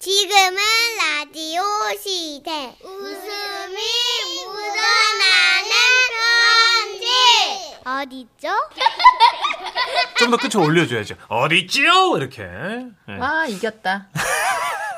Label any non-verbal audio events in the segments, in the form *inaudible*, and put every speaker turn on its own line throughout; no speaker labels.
지금은 라디오 시대. 웃음이 묻어나는 편지. 어디죠?
좀 더 끝을 올려줘야죠. 어딨지요? 이렇게. 예.
아 이겼다.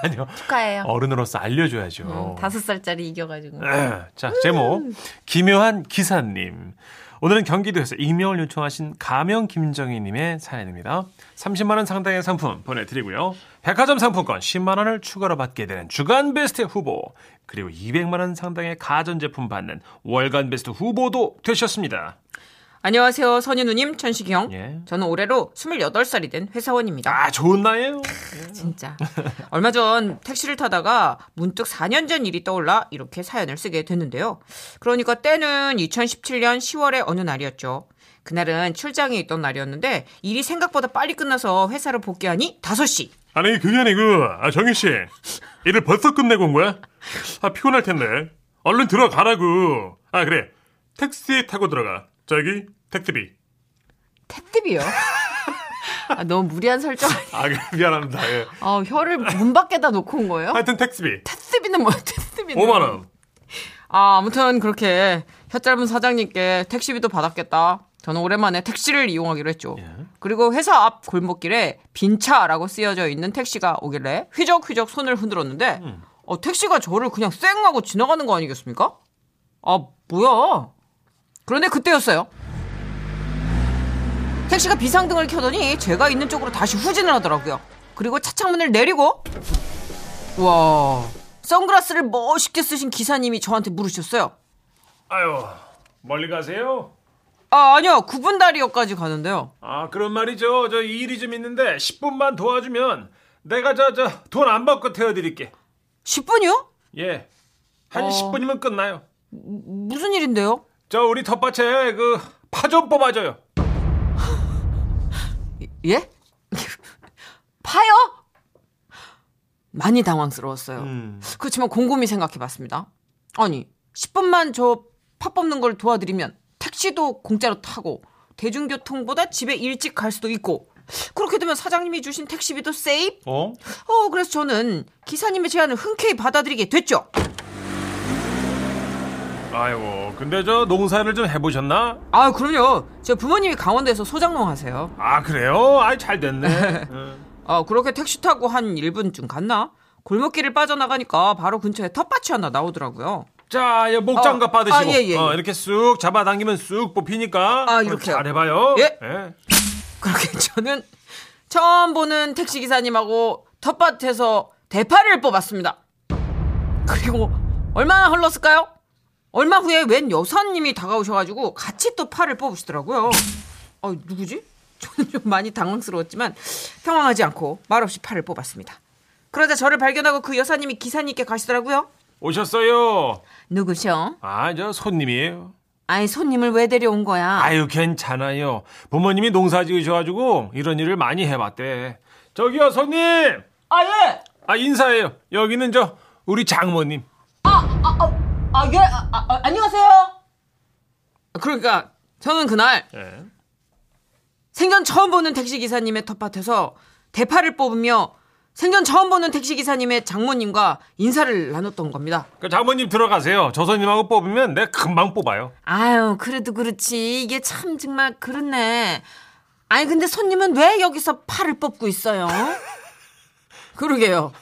아니요.
축하해요.
어른으로서 알려줘야죠.
음, 다섯 살짜리 이겨가지고.
예. 자, 제목. 기묘한 기사님. 오늘은 경기도에서 익명을 요청하신 가명 김정희님의 사연입니다. 30만원 상당의 상품 보내드리고요. 백화점 상품권 10만원을 추가로 받게 되는 주간 베스트 후보, 그리고 200만원 상당의 가전제품 받는 월간 베스트 후보도 되셨습니다.
안녕하세요 선인우님 천식이 형.
예.
저는 올해로 28살이 된 회사원입니다.
아, 좋은 나이에요.
진짜. 얼마 전 택시를 타다가 문득 4년 전 일이 떠올라 이렇게 사연을 쓰게 됐는데요. 그러니까 때는 2017년 10월의 어느 날이었죠. 그날은 출장에 있던 날이었는데 일이 생각보다 빨리 끝나서 회사를 복귀하니 5시.
아니 그게 아니고 아 정희 씨 일을 벌써 끝내고 온 거야? 아 피곤할 텐데 얼른 들어가라고 아 그래 택시 타고 들어가 저기 택시비
택티비요. *laughs* 아, 너무 무리한 설정.
아 그래 미안합니다 예.
아, 혀를 문 밖에다 놓고 온 거예요?
하여튼 택시비
택스비는 뭐야? 택스비는
5만 원
아, 아무튼 그렇게 혀 짧은 사장님께 택시비도 받았겠다. 저는 오랜만에 택시를 이용하기로 했죠. 그리고 회사 앞 골목길에 빈차라고 쓰여져 있는 택시가 오길래 휘적휘적 손을 흔들었는데 어, 택시가 저를 그냥 쌩 하고 지나가는 거 아니겠습니까? 아, 뭐야? 그런데 그때였어요. 택시가 비상등을 켜더니 제가 있는 쪽으로 다시 후진을 하더라고요. 그리고 차창문을 내리고 와 선글라스를 멋있게 쓰신 기사님이 저한테 물으셨어요.
아유 멀리 가세요?
아 아니요 구분다리역까지 가는데요.
아 그런 말이죠 저 일이 좀 있는데 10분만 도와주면 내가 저 저 돈 안 받고 태워드릴게
10분이요?
예한 어. 10분이면 끝나요
무슨 일인데요?
저 우리 텃밭에 그 파 좀 뽑아줘요
예? *laughs* 파요? 많이 당황스러웠어요. 그렇지만 곰곰이 생각해봤습니다. 아니 10분만 저 파 뽑는 걸 도와드리면 택시도 공짜로 타고 대중교통보다 집에 일찍 갈 수도 있고 그렇게 되면 사장님이 주신 택시비도 세입
어?
어, 그래서 저는 기사님의 제안을 흔쾌히 받아들이게 됐죠.
아이고 근데 저 농사를 좀 해보셨나?
아, 그럼요. 제 부모님이 강원도에서 소장농 하세요.
아 그래요? 아이
*laughs*
잘 됐네.
아, 그렇게 택시 타고 한 1분쯤 갔나? 골목길을 빠져나가니까 바로 근처에 텃밭이 하나 나오더라고요. *laughs*
자, 예, 목장갑
어,
받으시고
아, 예, 예,
어,
예.
이렇게 쑥 잡아당기면 쑥 뽑히니까
아,
그럼
이렇게요.
잘해봐요.
예. 그렇게 저는 처음 보는 택시 기사님하고 텃밭에서 대파를 뽑았습니다. 그리고 얼마나 흘렀을까요? 얼마 후에 웬 여사님이 다가오셔가지고 같이 또 파를 뽑으시더라고요. 아 누구지? 저는 좀 많이 당황스러웠지만 당황하지 않고 말없이 파를 뽑았습니다. 그러자 저를 발견하고 그 여사님이 기사님께 가시더라고요.
오셨어요.
누구셔?
아, 저 손님이에요.
아니 손님을 왜 데려온 거야?
아유 괜찮아요. 부모님이 농사 지으셔가지고 이런 일을 많이 해봤대. 저기요 손님.
아 예.
아 인사해요. 여기는 저 우리 장모님.
아 예. 아, 아, 아, 안녕하세요. 그러니까 저는 그날
예.
생전 처음 보는 택시 기사님의 텃밭에서 대파를 뽑으며 생전 처음 보는 택시 기사님의 장모님과 인사를 나눴던 겁니다.
그 장모님 들어가세요. 저 손님하고 뽑으면 내가 금방 뽑아요.
아유, 그래도 그렇지. 이게 참 정말 그렇네. 아니, 근데 손님은 왜 여기서 팔을 뽑고 있어요? 그러게요.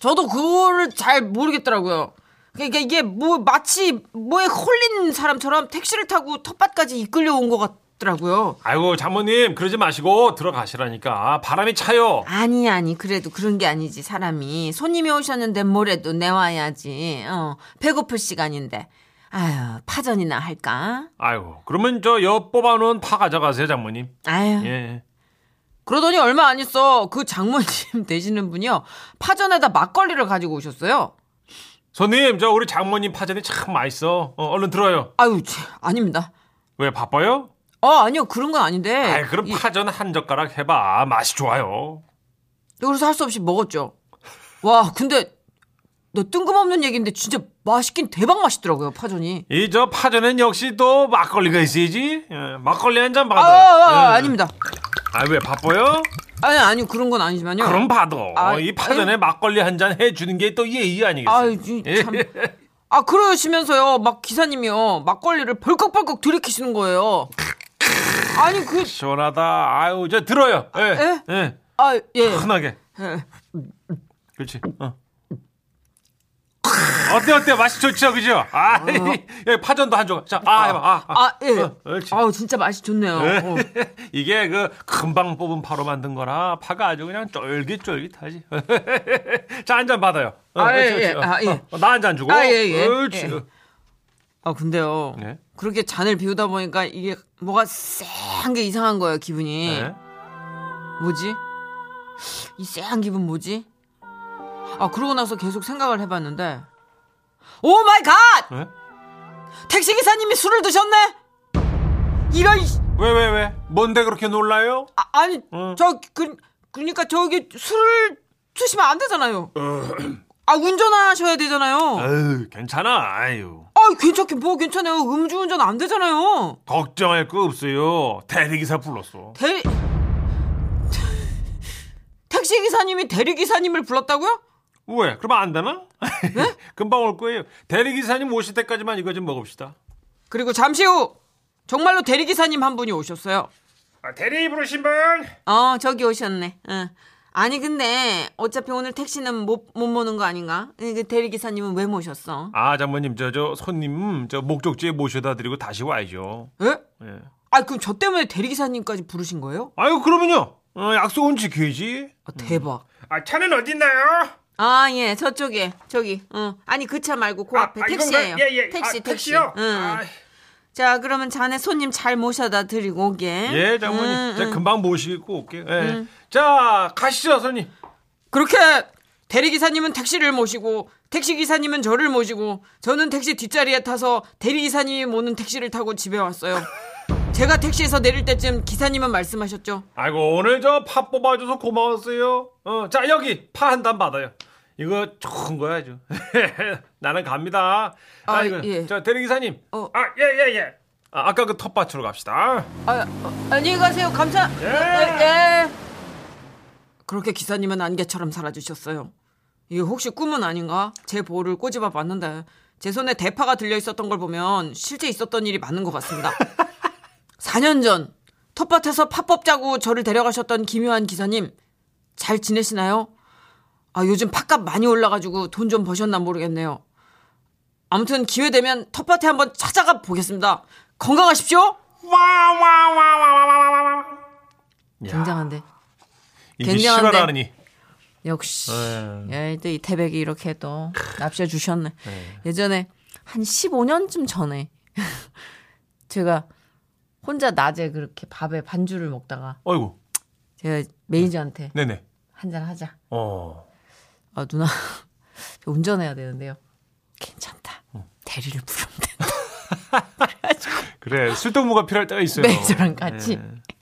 저도 그거를 잘 모르겠더라고요. 그러니까 이게 뭐 마치 뭐에 홀린 사람처럼 택시를 타고 텃밭까지 이끌려온 것 같더라고요.
아이고 장모님 그러지 마시고 들어가시라니까 아, 바람이 차요.
아니 아니 그래도 그런 게 아니지 사람이 손님이 오셨는데 뭐래도 내와야지 어 배고플 시간인데 아유 파전이나 할까
아이고 그러면 저 옆 뽑아놓은 파 가져가세요 장모님.
아유
예.
그러더니 얼마 안 있어 그 *laughs* 장모님 되시는 분이요 파전에다 막걸리를 가지고 오셨어요
손님, 저 우리 장모님 파전이 참 맛있어. 어, 얼른 들어요.
아유 참, 아닙니다
왜 바빠요?
어 아니요 그런 건 아닌데
아이, 그럼
이-
파전 한 젓가락 해봐. 맛이 좋아요.
네, 그래서 할 수 없이 먹었죠 와 근데 너 뜬금없는 얘기인데 진짜 맛있긴 대박 맛있더라고요 파전이
이 저 파전엔 역시 또 막걸리가 있어야지. 예, 막걸리 한 잔
아,
받아요.
아, 아,
예.
아닙니다
아 왜 바빠요?
아니 아니 그런 건 아니지만요.
그럼 봐도
아,
이 파전에 막걸리 한 잔 해주는 게 또 예의 아니겠어요?
아유 이 참. 아 그러시면서요 막 기사님이요 막걸리를 벌컥벌컥 들이키시는 거예요. 아니
*laughs*
그,
시원하다. 아유 이제 들어요. 예,
에?
예,
그아예
흔하게. 그렇지. 어. 어때 어때 맛이 좋죠 그죠? 아, *laughs* 여기 파전도 한 조각. 자아 해봐. 아, 아.
어. 아, 예.
어, 옳지.
아우, 진짜 맛이 좋네요. 어.
*laughs* 이게 그 금방 뽑은 파로 만든 거라 파가 아주 그냥 쫄깃쫄깃하지. *laughs* 자 한 잔 받아요. 어,
아,
옳지,
예, 예.
옳지. 어,
아, 예.
어, 나 한 잔 주고.
아, 예, 예.
옳지.
예. 아, 근데요.
네.
그렇게 잔을 비우다 보니까 이게 뭐가 쎄한 게 이상한 거예요, 기분이.
예.
뭐지? 이 쎄한 기분 뭐지? 아, 그러고 나서 계속 생각을 해봤는데. 오 마이 갓!
예?
택시기사님이 술을 드셨네? 이런, 씨-
왜, 왜, 왜? 뭔데 그렇게 놀라요?
아, 아니,
어.
저, 그, 그니까 저기 술을 드시면 안 되잖아요. 아, 운전하셔야 되잖아요.
어. 아유, 괜찮아. 아유.
아 괜찮긴 뭐 괜찮아요 음주운전 안 되잖아요
걱정할 거 없어요. 대리기사 불렀어.
대리 택시기사님이 대리기사님을 불렀다고요?
왜? 그러면 안 되나?
네?
*laughs* 금방 올 거예요. 대리기사님 오실 때까지만 이거 좀 먹읍시다.
그리고 잠시 후 정말로 대리기사님 한 분이 오셨어요
아, 대리 부르신 분?
어 저기 오셨네 응. 아니 근데 어차피 오늘 택시는 못, 못 모는 거 아닌가? 이 대리기사님은 왜 모셨어?
아, 장모님, 저, 저, 손님, 저, 목적지에 모셔다 드리고 다시 와야죠.
예?
예.
아 그럼 저 때문에 대리기사님까지 부르신 거예요?
아유, 그러면요. 어, 약속은 지켜야지.
아, 대박
아, 차는 어딨나요?
아 예 저쪽에 저기 어. 아니 그 차 말고 그 앞에 택시예요
아,
택시 택시 응. 자, 그러면 자네 손님 잘 모셔다 드리고 오게.
예, 장모님.
음,
제가
음.
금방 모시고 올게요. 예. 자, 가시죠, 손님.
그렇게 대리기사님은 택시를 모시고, 택시기사님은 저를 모시고, 저는 택시 뒷자리에 타서 대리기사님이 모는 택시를 타고 집에 왔어요. 제가 택시에서 내릴 때쯤 기사님은 말씀하셨죠.
아이고 오늘 저 파 뽑아줘서 고마웠어요. 어, 자 여기 파 한 단 받아요. 이거 좋은 거야 아주. *laughs* 나는 갑니다.
아,
아이고,
예.
저 대리기사님.
어.
아 예 예 예, 아, 아까 그 텃밭으로 갑시다.
아, 어, 안녕히 가세요. 감사.
예.
어, 어, 예. 그렇게 기사님은 안개처럼 사라지셨어요. 이게 혹시 꿈은 아닌가? 제 볼을 꼬집어 봤는데 제 손에 대파가 들려 있었던 걸 보면 실제 있었던 일이 맞는 것 같습니다. 4년 전 텃밭에서 팥법 짜고 저를 데려가셨던 김요한 기사님 잘 지내시나요? 아 요즘 팥값 많이 올라가지고 돈 좀 버셨나 모르겠네요. 아무튼 기회 되면 텃밭에 한번 찾아가 보겠습니다. 건강하십시오.
와와와와와와와.
굉장한데.
이게
굉장한데.
실화라니.
역시
예.
예, 또 이태백이 이렇게 또 납셔 주셨네. 예전에 한 15년쯤 전에 *laughs* 제가 혼자 낮에 그렇게 밥에 반주를 먹다가
어이구.
제가 매니저한테
네네.
한잔 하자.
어.
아 누나 *laughs* 저 운전해야 되는데요. 괜찮다. 대리를 부르면 된다.
그래 술동무가 필요할 때가 있어요.
네, 매니저랑 같이
예.
*laughs*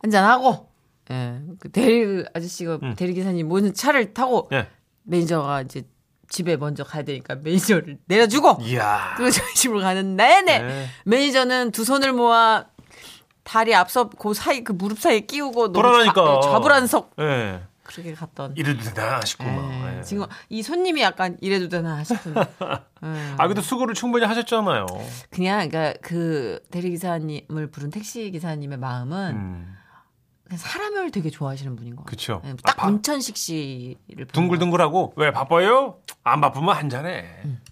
한잔 하고. 예, 그 대리 아저씨가 대리 기사님 모는 차를 타고
예.
매니저가 이제 집에 먼저 가야 되니까 매니저를 내려주고
이야.
그리고 저희 집으로 가는 내내
네.
매니저는 두 손을 모아 다리 앞서 그 사이 그 무릎 사이에 끼우고
돌아가니까.
좌, 불안석
예.
그렇게 갔던
이래도 되나 싶구만.
예,
예.
지금 이 손님이 약간 이래도 되나
*laughs*
싶은 예.
아 그래도 수고를 충분히 하셨잖아요.
그냥 그러니까 그 대리기사님을 부른 택시기사님의 마음은
음.
그냥 사람을 되게 좋아하시는 분인 것 같아요
그쵸.
예,
아,
딱
바-
문천식 씨를 부른 것
둥글둥글하고 왜 바빠요? 안 바쁘면 한 잔해.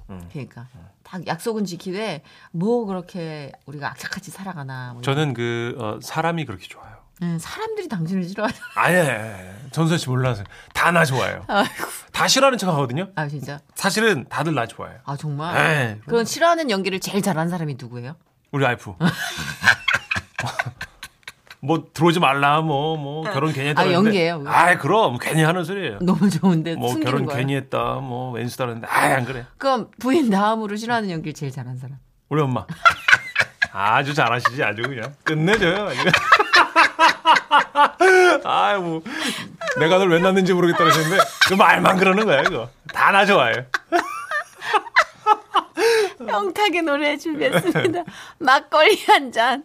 같아요. 그러니까
음.
딱 약속은 지키되 뭐 그렇게 우리가 악착같이 살아가나 뭐
저는 그 어, 사람이 그렇게 좋아요.
이런. 예, 사람들이 당신을 싫어하는
아예 전선 씨 몰라서 다 나 좋아해요.
아이고.
다 싫어하는 척 하거든요.
아 진짜
사실은 다들 나 좋아해요.
아 정말
에
그런 싫어하는 연기를 제일 잘하는 사람이 누구예요?
우리 와이프. *laughs* 뭐 들어오지 말라 뭐 뭐 결혼 괜히 했다
아,
그러는데.
연기예요?
아 그럼 괜히 하는 소리예요.
너무 좋은데
뭐
숨기는
결혼
거야.
괜히 했다 뭐 왼수다 그러는데 아안 그래.
그럼 부인 다음으로 싫어하는 연기를 제일 잘하는 사람.
우리 엄마. 아주 잘하시지 아주 그냥 끝내줘요. *laughs* 아유 뭐 내가 널 왜 낳는지 모르겠다 그러셨는데 그 말만 그러는 거야 이거 다 나 좋아해요.
명탁의 노래 준비했습니다. 막걸리 한 잔.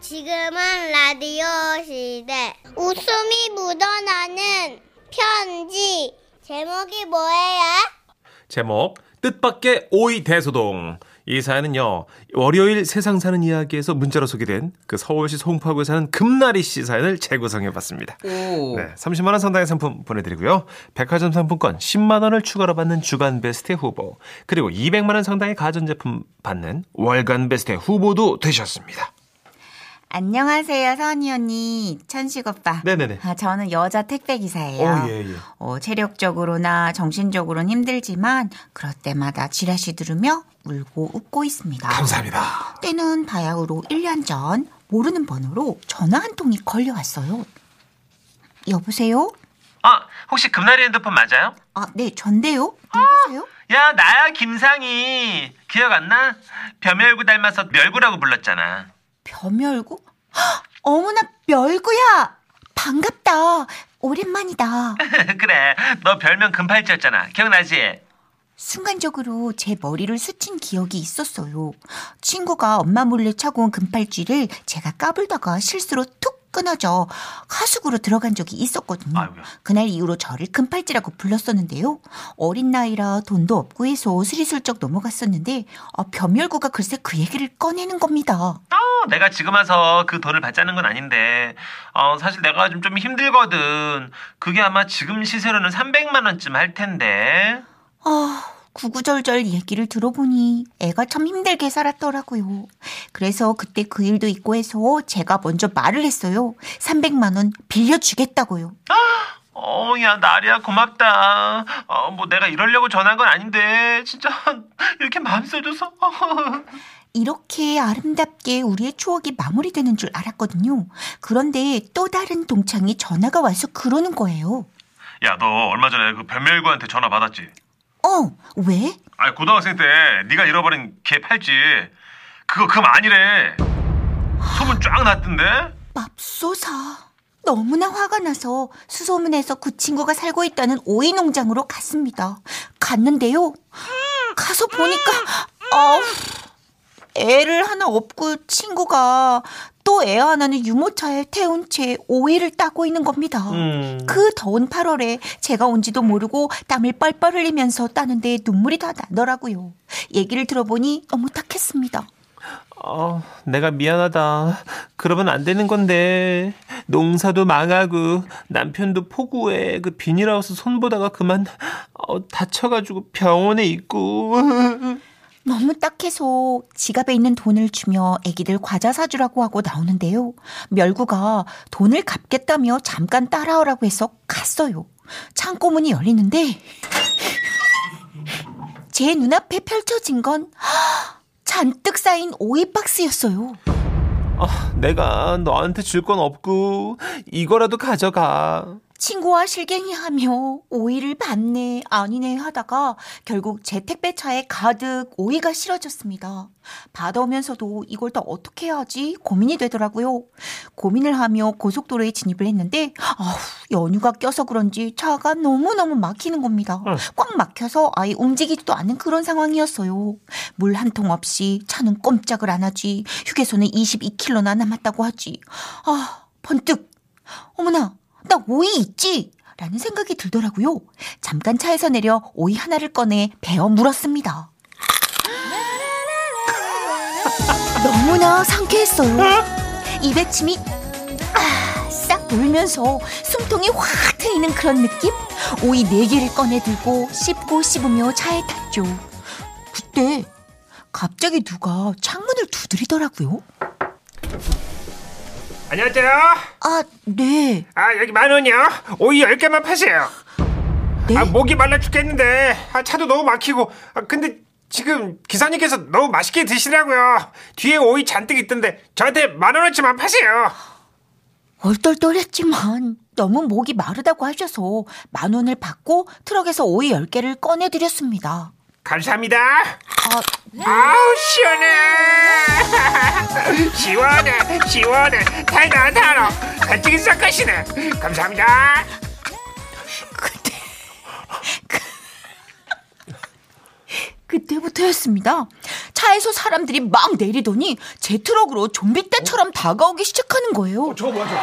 지금은 라디오 시대. 웃음이 묻어나는 편지. 제목이 뭐예요?
제목 뜻밖의 오이 대소동 이 사연은요 월요일 세상 사는 이야기에서 문자로 소개된 그 서울시 송파구에 사는 금나리 씨 사연을 재구성해봤습니다.
오.
네, 30만 원 상당의 상품 보내드리고요. 백화점 상품권 10만 원을 추가로 받는 주간 베스트 후보 그리고 200만 원 상당의 가전제품 받는 월간 베스트 후보도 되셨습니다.
안녕하세요, 선희 언니, 천식 오빠.
네네네.
아, 저는 여자 택배 기사예요.
어, 예, 예.
어, 체력적으로나 정신적으로는 힘들지만 그럴 때마다 지라시 들으며 울고 웃고 있습니다.
감사합니다.
때는 바야흐로 1년 전 모르는 번호로 전화 한 통이 걸려왔어요. 여보세요?
아 혹시 금나리 핸드폰 맞아요?
아, 네, 전데요. 누구세요?
야 나야 김상희 기억 안 나? 벼멸구 닮아서 멸구라고 불렀잖아. *laughs*
벼멸구? 헉, 어머나, 멸구야! 반갑다. 오랜만이다.
그래 너 별명 금팔찌였잖아 기억나지?
순간적으로 제 머리를 스친 기억이 있었어요. 친구가 엄마 몰래 차고 온 금팔찌를 제가 까불다가 실수로 툭 끊어져 하수구로 들어간 적이 있었거든요.
아이고야.
그날 이후로 저를 금팔찌라고 불렀었는데요. 어린 나이라 돈도 없고 해서 스리슬쩍 넘어갔었는데 아, 변멸구가 글쎄 그 얘기를 꺼내는 겁니다.
어, 내가 지금 와서 그 돈을 받자는 건 아닌데 어, 사실 내가 좀, 좀 힘들거든 그게 아마 지금 시세로는 300만 원쯤 할 텐데
아, 구구절절 얘기를 들어보니 애가 참 힘들게 살았더라고요. 그래서 그때 그 일도 있고 해서 제가 먼저 말을 했어요. 300만 원 빌려주겠다고요.
어, 야 나리야 고맙다 어, 뭐 내가 이러려고 전한 건 아닌데 진짜 *laughs* 이렇게 마음 써줘서 *laughs*
이렇게 아름답게 우리의 추억이 마무리되는 줄 알았거든요. 그런데 또 다른 동창이 전화가 와서 그러는 거예요.
야 너 얼마 전에 그 변멸구한테 전화 받았지?
어, 왜?
아 고등학생 때 네가 잃어버린 개 팔찌 그거 금 아니래 소문 쫙 났던데
맙소사. 너무나 화가 나서 수소문해서 그 친구가 살고 있다는 오이 농장으로 갔습니다. 갔는데요. 가서 보니까 아 애를 하나 업고 친구가 또 애 하나는 유모차에 태운 채 오이를 따고 있는 겁니다. 그 더운 8월에 제가 온지도 모르고 땀을 뻘뻘 흘리면서 따는데 눈물이 다 나더라고요. 얘기를 들어보니 너무 탁했습니다.
어, 내가 미안하다. 그러면 안 되는 건데. 농사도 망하고 남편도 폭우에 그 비닐하우스 손보다가 그만 어, 다쳐가지고 병원에 있고.
너무 딱해서 지갑에 있는 돈을 주며 애기들 과자 사주라고 하고 나오는데요. 멸구가 돈을 갚겠다며 잠깐 따라오라고 해서 갔어요. 창고 문이 열리는데 제 눈앞에 펼쳐진 건 잔뜩 쌓인 오이 박스였어요.
아, 내가 너한테 줄 건 없고 이거라도 가져가.
친구와 실갱이하며 오이를 받네 아니네 하다가 결국 제 택배차에 가득 오이가 실어졌습니다. 받아오면서도 이걸 다 어떻게 해야 하지 고민이 되더라고요. 고민을 하며 고속도로에 진입을 했는데 아우 연휴가 껴서 그런지 차가 너무너무 막히는 겁니다. 꽉 막혀서 아예 움직이지도 않는 그런 상황이었어요. 물 한 통 없이 차는 꼼짝을 안 하지 휴게소는 22km나 남았다고 하지. 아 번뜩 어머나, 나 오이 있지? 라는 생각이 들더라고요. 잠깐 차에서 내려 오이 하나를 꺼내 베어 물었습니다. 너무나 상쾌했어요. 입에 침이 아, 싹 돌면서 숨통이 확 트이는 그런 느낌? 오이 네 개를 꺼내 들고 씹고 씹으며 차에 탔죠. 그때 갑자기 누가 창문을 두드리더라고요.
안녕하세요.
아, 네.
아 여기 만 원이요. 오이 열 개만 파세요.
네?
뭐
아 목이 말라 죽겠는데 아, 차도 너무 막히고 아, 근데 지금 기사님께서 너무 맛있게 드시라고요. 뒤에 오이 잔뜩 있던데 저한테 만 원어치만 파세요.
얼떨떨했지만 너무 목이 마르다고 하셔서 만 원을 받고 트럭에서 오이 10개를 꺼내드렸습니다.
감사합니다.
아,
아우 *laughs* 시원해. 시원해 시원해 달다 달아 갈증이 싹 가시네. 감사합니다.
그때 그- 그때부터였습니다.
차에서 사람들이 막 내리더니 제 트럭으로 좀비 떼처럼 다가오기 시작하는 거예요.
어,
저거 뭐야 저거.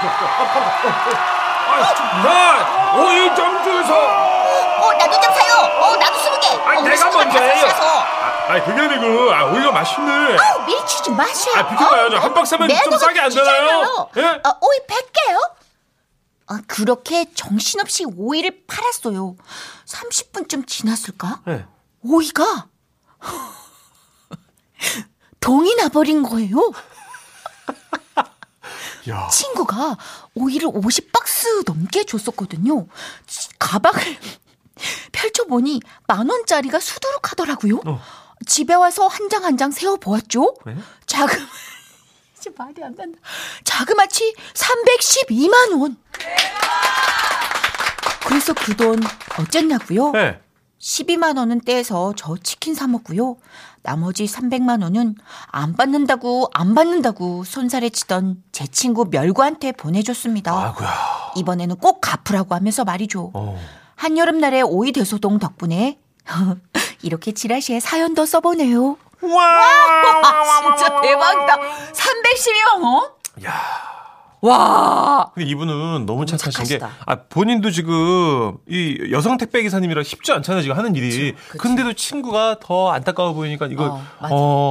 나 아, 네. 오이 좀 주소.
어, 나도 좀 사요. 어, 나도 스무 개.
아니,
어, 우리
내가
스무 개
먼저
다
해요.
사서.
아니 그게 아니고 아 오이가 맛있네.
아우, 밀치지 마세요.
아, 비켜봐요. 저한
어,
박스면 좀
내가
싸게 안 되나요?
비싸잖아요.
예?
아, 오이 100개요? 아, 그렇게 정신없이 오이를 팔았어요. 30분쯤
예.
지났을까?
네.
오이가 동이 나버린 거예요.
야.
친구가 오이를 50박스 넘게 줬었거든요. 지- 가방을 펼쳐보니 만 원짜리가 수두룩하더라고요. 집에 와서 한 장 한 장 세어 보았죠.
네?
자금 *laughs* 이제 말이 안 난다. 자그마치 312만 원. 그래서 그 돈
*laughs*
어쨌냐고요?
네.
12만 원은 떼서 저 치킨 사 먹고요. 나머지 300만 원은 안 받는다고 안 받는다고 손살에 치던 제 친구 멸구한테 보내줬습니다.
아구야.
이번에는 꼭 갚으라고 하면서 말이죠.
어.
한여름날의 오이 대소동 덕분에 *laughs* 이렇게 지라시에 사연도 써보네요. *laughs*
와
진짜 대박이다.
어?
312만 원?
야.
와.
근데 이분은 너무 착하신 게,
착하시다.
아, 본인도 지금 이 여성 택배 기사님이라 쉽지 않잖아요, 지금 하는 일이.
그치.
근데도 친구가 더 안타까워 보이니까 이걸,
어,
어,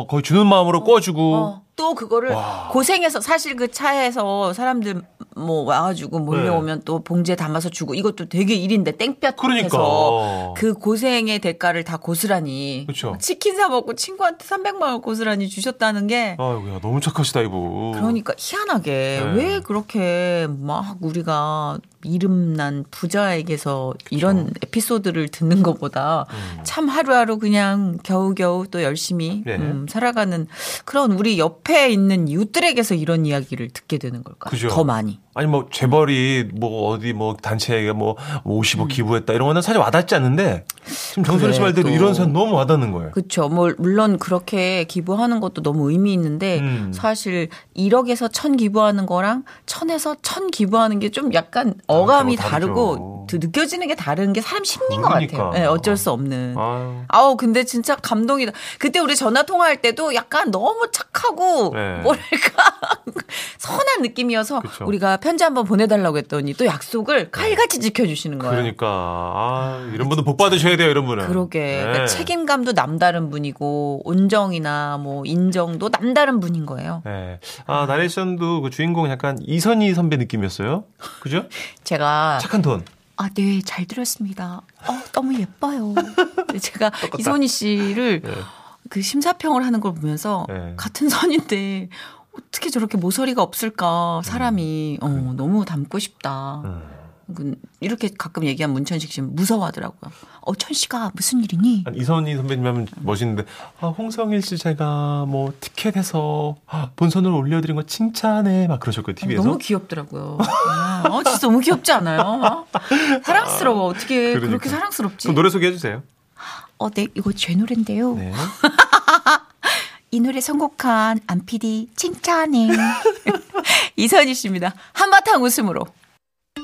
맞아.
거의 주는 마음으로 꿔주고.
어, 또 그거를 고생해서 사실 그 차에서 사람들 뭐 와가지고 몰려오면
네.
또 봉지에 담아서 주고 이것도 되게 일인데 땡볕에서
그러니까. 그렇죠.
그 고생의 대가를 다 고스란히
그쵸.
치킨 사 먹고 친구한테 300만 원 고스란히 주셨다는 게
아이고야, 너무 착하시다, 이분.
그러니까 희한하게
네.
왜 그렇게 막 우리가 이름난 부자에게서 이런 에피소드를 듣는 것보다 참 하루하루 그냥 겨우겨우 또 열심히
음. 네.
음, 살아가는 그런 우리 옆에 있는 이웃들에게서 이런 이야기를 듣게 되는 걸까?
그죠.
더 많이.
아니, 뭐, 재벌이 뭐, 어디 뭐, 단체에 뭐, 50억 기부했다, 이런 거는 사실 와닿지 않는데, 지금 정선우 씨
음. 그래,
말대로
또.
이런 사연 너무 와닿는 거예요.
그렇죠. 뭐 물론 그렇게 기부하는 것도 너무 의미 있는데
음.
사실 1억에서 1000 기부하는 거랑 1000에서 1000 기부하는 게 좀 약간 어감이
다르죠.
다르고 또 느껴지는 게 다른 게 사람 심리인 것
그러니까.
같아요. 네, 어쩔 수 없는.
아유.
아우 근데 진짜 감동이다. 그때 우리 전화 통화할 때도 약간 너무 착하고
네.
뭐랄까 *laughs* 선한 느낌이어서
그쵸. 네.
우리가 편지 한번 보내달라고 했더니 또 약속을 칼같이 지켜주시는 거예요.
그러니까, 아, 이런 분은 복 받으셔야 돼요, 이런 분은.
그러게
네.
그러니까 책임감도 남다른 분이고 온정이나 뭐 인정도 남다른 분인 거예요.
네. 아, 나레이션도 그 주인공 약간 이선희 선배 느낌이었어요. 그죠?
제가
착한 돈.
아, 네, 잘 들었습니다. 어, 너무 예뻐요.
*laughs*
제가 이선희 씨를
네.
그 심사평을 하는 걸 보면서
네.
같은 선인데 어떻게 저렇게 모서리가 없을까 사람이
음,
어,
그러니까.
너무 닮고 싶다. 그 이렇게 가끔 얘기한 문천식 씨는 무서워하더라고요.
어, 천 씨가 무슨 일이니?
한 이선희 선배님 하면 멋있는데, 아, 홍성일 씨 제가 뭐 티켓해서 아, 본선으로 올려드린 거 칭찬해. 막 그러셨고요, TV에서.
아, 너무 귀엽더라고요. 아, 어, 진짜 너무 귀엽지 않아요? 어? 사랑스러워. 어떻게 그렇게
그러니까.
사랑스럽지?
그럼 노래 소개해주세요.
어, 네, 이거 제 노래인데요.
네.
이 노래 선곡한 안피디 칭찬해. *laughs*
이선희 씨입니다. 한바탕 웃음으로.